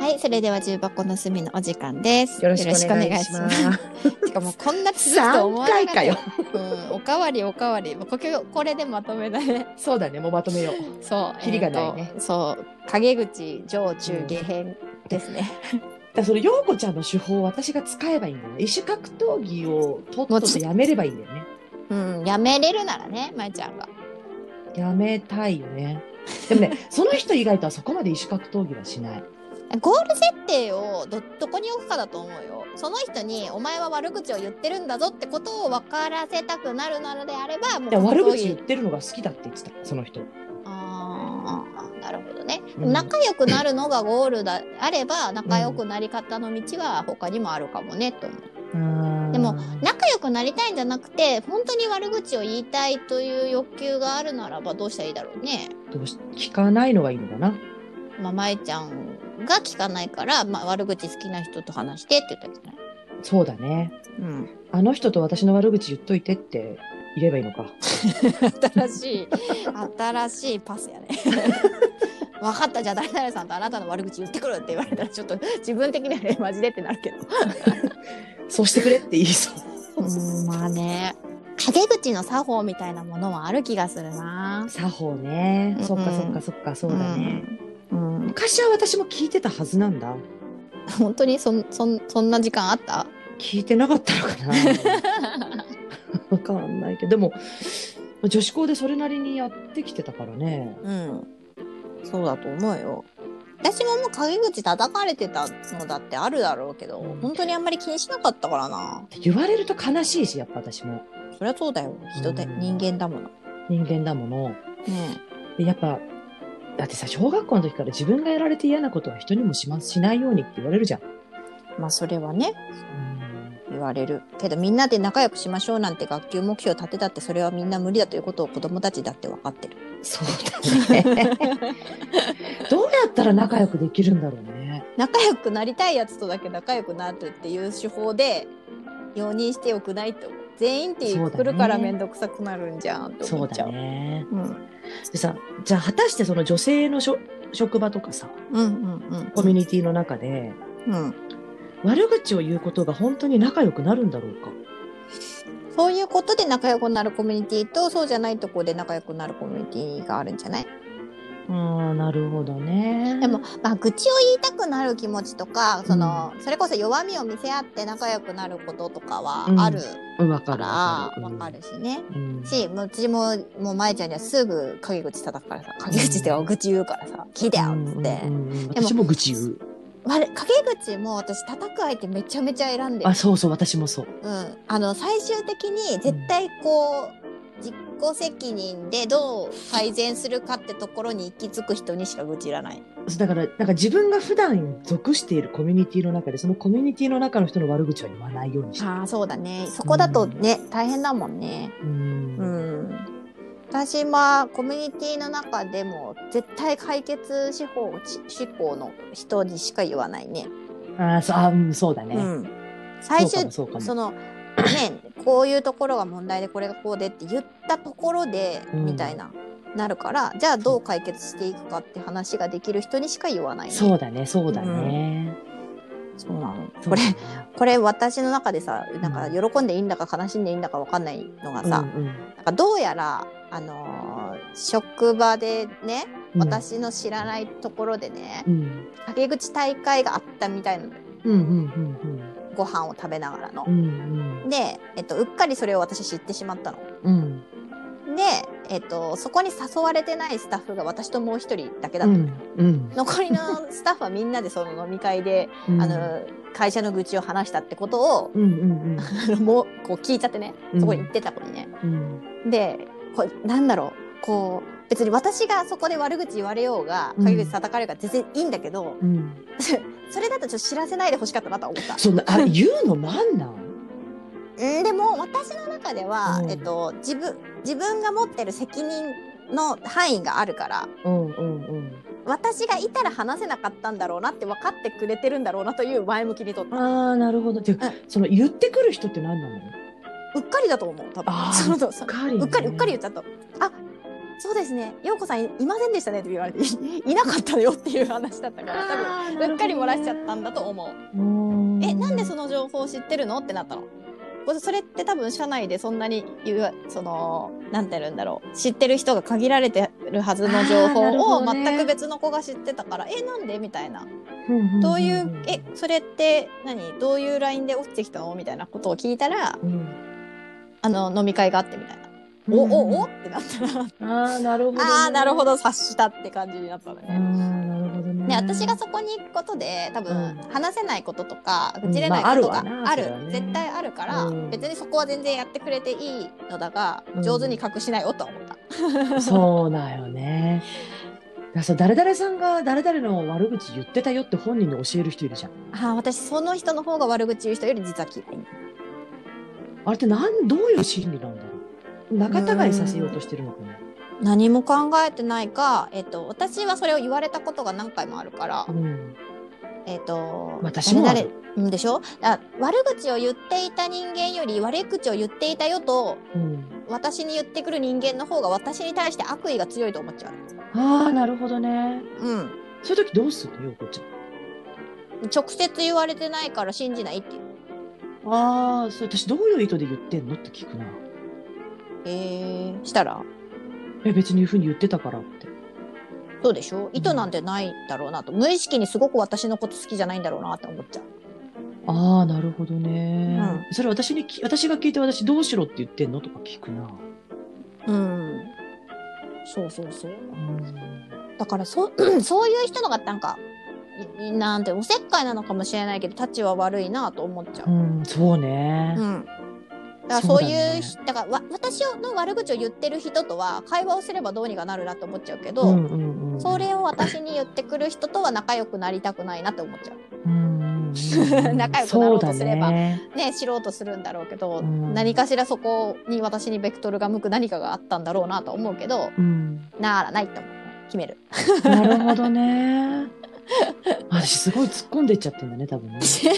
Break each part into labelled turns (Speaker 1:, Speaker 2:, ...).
Speaker 1: はい、それでは重箱の隅のお時間です。
Speaker 2: よろしくお願いし
Speaker 1: よろ
Speaker 2: ま。
Speaker 1: しくお願いしますす。しかもこんな 続くと思
Speaker 2: 3
Speaker 1: わな
Speaker 2: 回
Speaker 1: かった
Speaker 2: かよ。。
Speaker 1: うん、おかわりおかわり。もうこれこれでまとめだね。
Speaker 2: そうだね、もうまとめよう。
Speaker 1: そう。
Speaker 2: キリがないね
Speaker 1: えーとそう。陰口上中下編ですね。
Speaker 2: だからその陽子ちゃんの手法を私が使えばいいんだよね。異種格闘技をとっととやめればいいんだよね。
Speaker 1: うん、やめれるならね、まいちゃんが。
Speaker 2: やめたいよね。でも ね、その人以外とはそこまで異種格闘技はしない。
Speaker 1: ゴール設定をどどこに置くかだと思うよ。その人にお前は悪口を言ってるんだぞってことを分からせたくなるなのであれば、も
Speaker 2: で悪
Speaker 1: そう
Speaker 2: 口
Speaker 1: い
Speaker 2: 言っ
Speaker 1: う
Speaker 2: てるのが好きだって言ってた、その人。
Speaker 1: あーなるほどね、
Speaker 2: うん
Speaker 1: 仲良くなるのがゴールだあれば仲良くなり方の道は他にもあるかもねと思うで
Speaker 2: で
Speaker 1: も仲良くなりたいんじゃなくて本当に悪口を言いたいという欲求があるならばどうしたらいいだろうね。
Speaker 2: どうし聞かないのがいいのかな。
Speaker 1: まあ、舞ちゃんが聞かないから、まあ、悪口好きな人と話してって言ったんじゃない
Speaker 2: そうだね。
Speaker 1: うん、
Speaker 2: あの人と私の悪口言っといてって言えばいいのか。
Speaker 1: 新しい新しいパスやね 分かったじゃあ誰々さんとあなたの悪口言ってくるって言われたらちょっと自分的にはねマジでってなるけど
Speaker 2: そうしてくれって言いそう。
Speaker 1: うんまあね陰口の作法みたいなものはある気がするな。
Speaker 2: 作法ね。
Speaker 1: うん
Speaker 2: そっかそっかそっか、そうだね。
Speaker 1: うん、うん、
Speaker 2: 昔は私も聞いてたはずなんだ。
Speaker 1: 本当にそんそんそんな時間あった
Speaker 2: 聞いてなかったのかな わかんないけど。でも、女子校でそれなりにやってきてたからね。
Speaker 1: うん、そうだと思うよ。私ももう陰口叩かれてたのだってあるだろうけど、
Speaker 2: うん
Speaker 1: 本当にあんまり気にしなかったからな。
Speaker 2: 言われると悲しいし、やっぱ私も。
Speaker 1: そりゃそうだよ。人で、
Speaker 2: うん
Speaker 1: 人間だもの。ね
Speaker 2: 人間だもの。でやっぱ、だってさ、小学校の時から自分がやられて嫌なことは人にもします、しないようにって言われるじゃん。
Speaker 1: えまあそれはね、言われる。けどみんなで仲良くしましょうなんて学級目標立てたってそれはみんな無理だということを子供たちだって分かってる。
Speaker 2: そうだね。どうやったら仲良くできるんだろうね。
Speaker 1: 仲良くなりたいやつとだけ仲良くなるっていう手法で容認してよくないと思う。全員って
Speaker 2: そうだね
Speaker 1: 来るから面倒くさくなるんじゃんって
Speaker 2: そ
Speaker 1: 思
Speaker 2: う
Speaker 1: っち
Speaker 2: だ
Speaker 1: ゃう。
Speaker 2: ね。
Speaker 1: うん
Speaker 2: でさ、じゃあ果たしてその女性のしょ職場とかさ、
Speaker 1: うんうん
Speaker 2: コミュニティの中で、
Speaker 1: うん。うん
Speaker 2: 悪口を言うことが本当に仲良くなるんだろうか。
Speaker 1: そういうことで仲良くなるコミュニティとそうじゃないとこで仲良くなるコミュニティがあるんじゃない
Speaker 2: ああ、なるほどね。
Speaker 1: でも、まあ、愚痴を言いたくなる気持ちとかその、それこそ弱みを見せ合って仲良くなることとかはある
Speaker 2: うん、わか
Speaker 1: か
Speaker 2: る
Speaker 1: ら
Speaker 2: わかる。
Speaker 1: わ
Speaker 2: うん
Speaker 1: か。るしね。
Speaker 2: うん
Speaker 1: しもうちももうまえちゃんにはすぐ陰口叩くからさ陰口ってか愚痴言うからさ聞いてよっつって、
Speaker 2: うんうんうん
Speaker 1: でも
Speaker 2: 私も愚痴言う。
Speaker 1: われ陰口も私叩く相手めちゃめちゃ選んでる
Speaker 2: あ、そうそう、私もそう。
Speaker 1: うん、あの最終的に絶対こう実行責任でどう改善するかってところに行き着く人にしか愚痴らない。
Speaker 2: そうだから、なんか自分が普段属しているコミュニティの中で、そのコミュニティの中の人の悪口は言わないようにしてる。
Speaker 1: ああそうだねそこだとね、大変だもんね。
Speaker 2: う。
Speaker 1: うんん私はコミュニティの中でも絶対解決手法をし執行の人にしか言わないね。
Speaker 2: あーそうあー、うん、そうだね。
Speaker 1: うん、最終
Speaker 2: そうかもそ
Speaker 1: そう
Speaker 2: かも。
Speaker 1: のねこういうところが問題でこれがこうでって言ったところで、
Speaker 2: うん
Speaker 1: みたいななるからじゃあどう解決していくかって話ができる人にしか言わないね、
Speaker 2: そうだね、そうだね。
Speaker 1: そうなの
Speaker 2: そう
Speaker 1: これ
Speaker 2: だね
Speaker 1: これ私の中でさなんか喜んでいいんだか悲しんでいいんだか分かんないのがさ、
Speaker 2: うんうん
Speaker 1: なんかどうやらあのー職場でね
Speaker 2: うん
Speaker 1: 私の知らないところでね
Speaker 2: うん
Speaker 1: 陰口大会があったみたいなのよ
Speaker 2: うんうん
Speaker 1: ご飯を食べながらの
Speaker 2: うんうんう。ん
Speaker 1: で、えっと、うっかりそれを私知ってしまったの。
Speaker 2: うん
Speaker 1: で、えっと、そこに誘われてないスタッフが私ともう一人だけだ
Speaker 2: う
Speaker 1: った、
Speaker 2: んうん
Speaker 1: 残りのスタッフはみんなでその飲み会で、
Speaker 2: うん
Speaker 1: あの会社の愚痴を話したってことを
Speaker 2: うんうん
Speaker 1: あのもうこう聞いちゃってね
Speaker 2: うん
Speaker 1: そこに行ってた子にね。
Speaker 2: うん
Speaker 1: でこうなんだろうこう別に私がそこで悪口言われようが
Speaker 2: うん
Speaker 1: 陰口叩かれようが全然いいんだけど、
Speaker 2: うん
Speaker 1: それだとちょっと知らせないでほしかったなとは思った。
Speaker 2: そんなあれ言うのなんなん
Speaker 1: うんでも私の中では、
Speaker 2: うん
Speaker 1: えっと、自分自分が持ってる責任の範囲があるから
Speaker 2: うんうんうん
Speaker 1: 私がいたら話せなかったんだろうなって分かってくれてるんだろうなという前向きにとった
Speaker 2: あーなるほどてかその言ってくる人って何なの
Speaker 1: うっかりだと思う多分
Speaker 2: あー
Speaker 1: そのそう
Speaker 2: かり
Speaker 1: うっかりうっかり言っちゃったあそうですね陽子さんいいませんでしたねって言われていいなかったよっていう話だったから多分うっかり漏らしちゃったんだと思う。
Speaker 2: た
Speaker 1: えなんで
Speaker 2: の
Speaker 1: その情報を知ってるのってなったのこれそれって多分社内でそんなに言うそのなんて言うんだろう知ってる人が限られてるはずの情
Speaker 2: あーなる
Speaker 1: 報
Speaker 2: ほ
Speaker 1: を
Speaker 2: どね
Speaker 1: 全く別の子が知ってたから、えなんでみたいなど
Speaker 2: ど
Speaker 1: ういうえそれって何どういうラインで落ちてきたのみたいなことを聞いたらあの飲み会があってみたいな、おおおってなったら、
Speaker 2: ああなるほどね
Speaker 1: ああなるほど察したって感じになったのね。
Speaker 2: あーなるほどね
Speaker 1: ね、私がそこに行くことで多分
Speaker 2: う
Speaker 1: 話せないこととか
Speaker 2: うん
Speaker 1: 愚痴れないこと
Speaker 2: ま
Speaker 1: が
Speaker 2: ああるわな
Speaker 1: ある,、
Speaker 2: それはね
Speaker 1: 絶対あるから、
Speaker 2: うん
Speaker 1: 別にそこは全然やってくれていいのだが、
Speaker 2: うん
Speaker 1: 上手に隠しないよとは思った。
Speaker 2: そうだよねだからさ誰々さんが誰々の悪口言ってたよって本人に教える人いるじゃん
Speaker 1: あー私その人の方が悪口言う人より実は嫌い。
Speaker 2: あれってなんどういう心理なんだろう仲違いさせようとしてるのかな
Speaker 1: 何も考えてないか、えっと私はそれを言われたことが何回もあるから、
Speaker 2: うん
Speaker 1: えっと
Speaker 2: 私もあ
Speaker 1: 誰
Speaker 2: る
Speaker 1: 々うんでしょあ悪口を言っていた人間より悪口を言っていたよと
Speaker 2: うん
Speaker 1: 私に言ってくる人間の方が私に対して悪意が強いと思っちゃう。
Speaker 2: ああなるほどね
Speaker 1: うん
Speaker 2: そういう時どうするのようこちゃん
Speaker 1: 直接言われてないから信じないっていう。
Speaker 2: ああそれ私どういう意図で言ってんのって聞くな
Speaker 1: えー、したら
Speaker 2: え別にいうふうに言ってたからって
Speaker 1: そうでしょ意図なんてないだろうなと、無意識にすごく私のこと好きじゃないんだろうなって思っちゃう。
Speaker 2: ああなるほどね、それ私にき私が聞いて私どうしろって言ってんのとか聞くな、
Speaker 1: うん。そうそうそう。だからそ そういう人のがなんかいなんておせっかいなのかもしれないけど立ちは悪いなと思っちゃう。
Speaker 2: うんそうね、
Speaker 1: うん。だからそういう
Speaker 2: そ
Speaker 1: だ,、からわ私の悪口を言ってる人とは会話をすればどうにかなるなって思っちゃうけど、
Speaker 2: うんうんうん、
Speaker 1: それを私に言ってくる人とは仲良くなりたくないなって思っちゃう。
Speaker 2: うんうんうん
Speaker 1: 仲良くなろうとすれば
Speaker 2: そうだね
Speaker 1: ね、知ろうとするんだろうけど、
Speaker 2: うん
Speaker 1: 何かしらそこに私にベクトルが向く何かがあったんだろうなとは思うけど
Speaker 2: うん、
Speaker 1: ならないと思う決める
Speaker 2: なるほど ね私すごい突っ込んでっちゃってんだね多分ね
Speaker 1: そう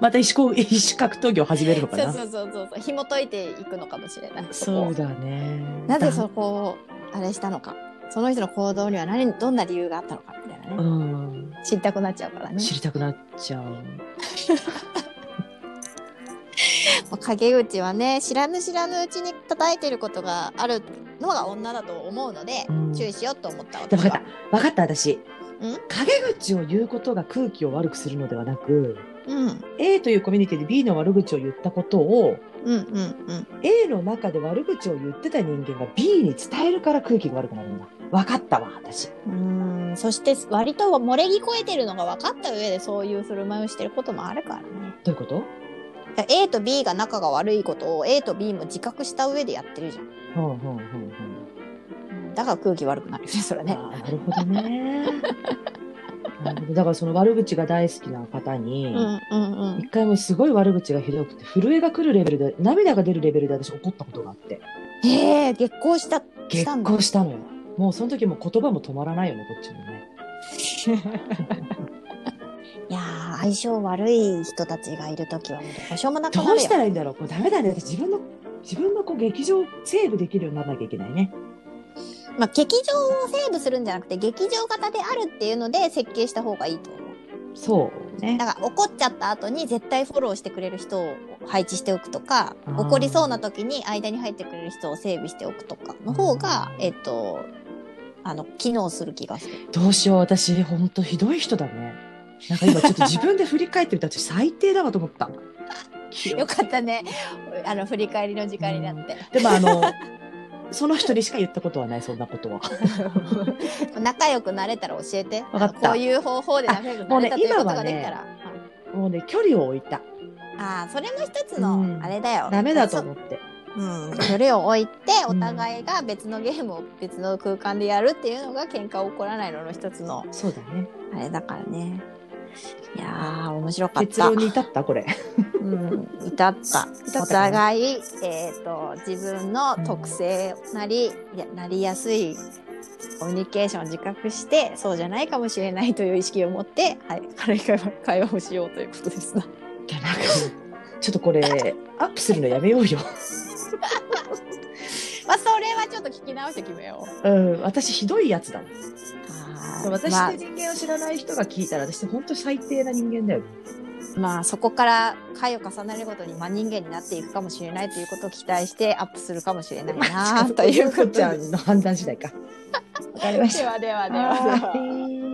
Speaker 2: また石こう石格闘技を始めるの か
Speaker 1: そう
Speaker 2: な
Speaker 1: そうそうそう紐解いていくのかもしれない
Speaker 2: そう
Speaker 1: こ
Speaker 2: だね
Speaker 1: をなぜそこをあれしたのかその人の行動には何どんな理由があったのかみたいな
Speaker 2: う
Speaker 1: ね
Speaker 2: ん
Speaker 1: 知りたくなっちゃうからね
Speaker 2: 知りたくなっちゃう
Speaker 1: まあ陰口はね知らぬ知らぬうちに叩いてることがあるのが女だと思うので、
Speaker 2: うん
Speaker 1: 注意しようと思った
Speaker 2: で
Speaker 1: 私
Speaker 2: 分か
Speaker 1: は
Speaker 2: っ。た分かった私陰口を言うことが空気を悪くするのではなく
Speaker 1: うんうん
Speaker 2: A というコミュニティで B の悪口を言ったことを
Speaker 1: うんうん。
Speaker 2: A の中で悪口を言ってた人間が B に伝えるから空気が悪くなるんだ分かったわ私
Speaker 1: うーんそして割と漏れ聞こえてるのが分かった上でそういう振る舞いをしてることもあるからね。
Speaker 2: どういうこと、
Speaker 1: だから A と B が仲が悪いことを A と B も自覚した上でやってるじゃん。
Speaker 2: ほうほ
Speaker 1: う
Speaker 2: うほうほう
Speaker 1: んだから空気悪くなるよねそれね。
Speaker 2: あーなるほどね。 なるほどだからその悪口が大好きな方
Speaker 1: う
Speaker 2: に、
Speaker 1: んうんうん。
Speaker 2: 一回もうすごい悪口がひどくて震えが来るレベルで涙が出るレベルで私怒ったことがあって
Speaker 1: へえ月光したし
Speaker 2: 結
Speaker 1: たんだ
Speaker 2: 婚したのよ。もうその時もう言葉も止まらないよねこっちもね。
Speaker 1: いやー相性悪い人たちがいる時はもうどうしようもなくなる
Speaker 2: ど
Speaker 1: よ。
Speaker 2: うしたらいいんだろうもうダメだね私自分の自分のこう劇場をセーブできるようにならなきゃいけないね。
Speaker 1: まあ、劇場をセーブするんじゃなくて劇場型であるっていうので設計した方がいいと思う。
Speaker 2: そうね。
Speaker 1: だから怒っちゃった後に絶対フォローしてくれる人を配置しておくとか
Speaker 2: あー
Speaker 1: 怒りそうな時に間に入ってくれる人を整備しておくとかの方が
Speaker 2: うん
Speaker 1: えっとあの機能する気がする。
Speaker 2: どうしよう私ほんとひどい人だね。なんか今ちょっと自分で振り返ってみた私最低だわと思った。
Speaker 1: よかったね あの振り返りの時間になって、
Speaker 2: でもあのその人にしか言ったことはないそんなことは。
Speaker 1: 仲良くなれたら教えて
Speaker 2: わかった
Speaker 1: こういう方法で仲良くなれた
Speaker 2: あもうね
Speaker 1: ということ
Speaker 2: 今
Speaker 1: が
Speaker 2: は
Speaker 1: で
Speaker 2: ね
Speaker 1: きたら、
Speaker 2: もうね距離を置いた。
Speaker 1: うんああそれも一つ
Speaker 2: う
Speaker 1: の
Speaker 2: ん
Speaker 1: あれだよ、
Speaker 2: ダメだと思って。
Speaker 1: うん、それを置いてお
Speaker 2: うん
Speaker 1: 互いが別のゲームを別の空間でやるっていうのが喧嘩を起こらないのの一つの
Speaker 2: そうだね。
Speaker 1: あれだからねいやー面白かっ
Speaker 2: 結
Speaker 1: た、う
Speaker 2: 論
Speaker 1: ん、
Speaker 2: に至ったこれ。
Speaker 1: 至った
Speaker 2: た
Speaker 1: お互い、えー、と自分の特性なり、いやなりやすいコミュニケーションを自覚してそうじゃないかもしれないという意識を持って、はい、 軽い会話会話をしようということですな。
Speaker 2: いやなんかちょっとこれアップするのやめようよ。
Speaker 1: まあ、それはちょっと聞き直して決めよう。
Speaker 2: うん、私ひどいやつだもん。私
Speaker 1: まあ
Speaker 2: の、人間を知らない人が聞いたら、私本当最低な人間だよ。
Speaker 1: まあ、そこから回を重ねるごとに真人間になっていくかもしれないということを期待してアップするかもしれない なということ
Speaker 2: ちゃんの判断次第か。わかりまし
Speaker 1: で
Speaker 2: た。
Speaker 1: はではではでは。
Speaker 2: はい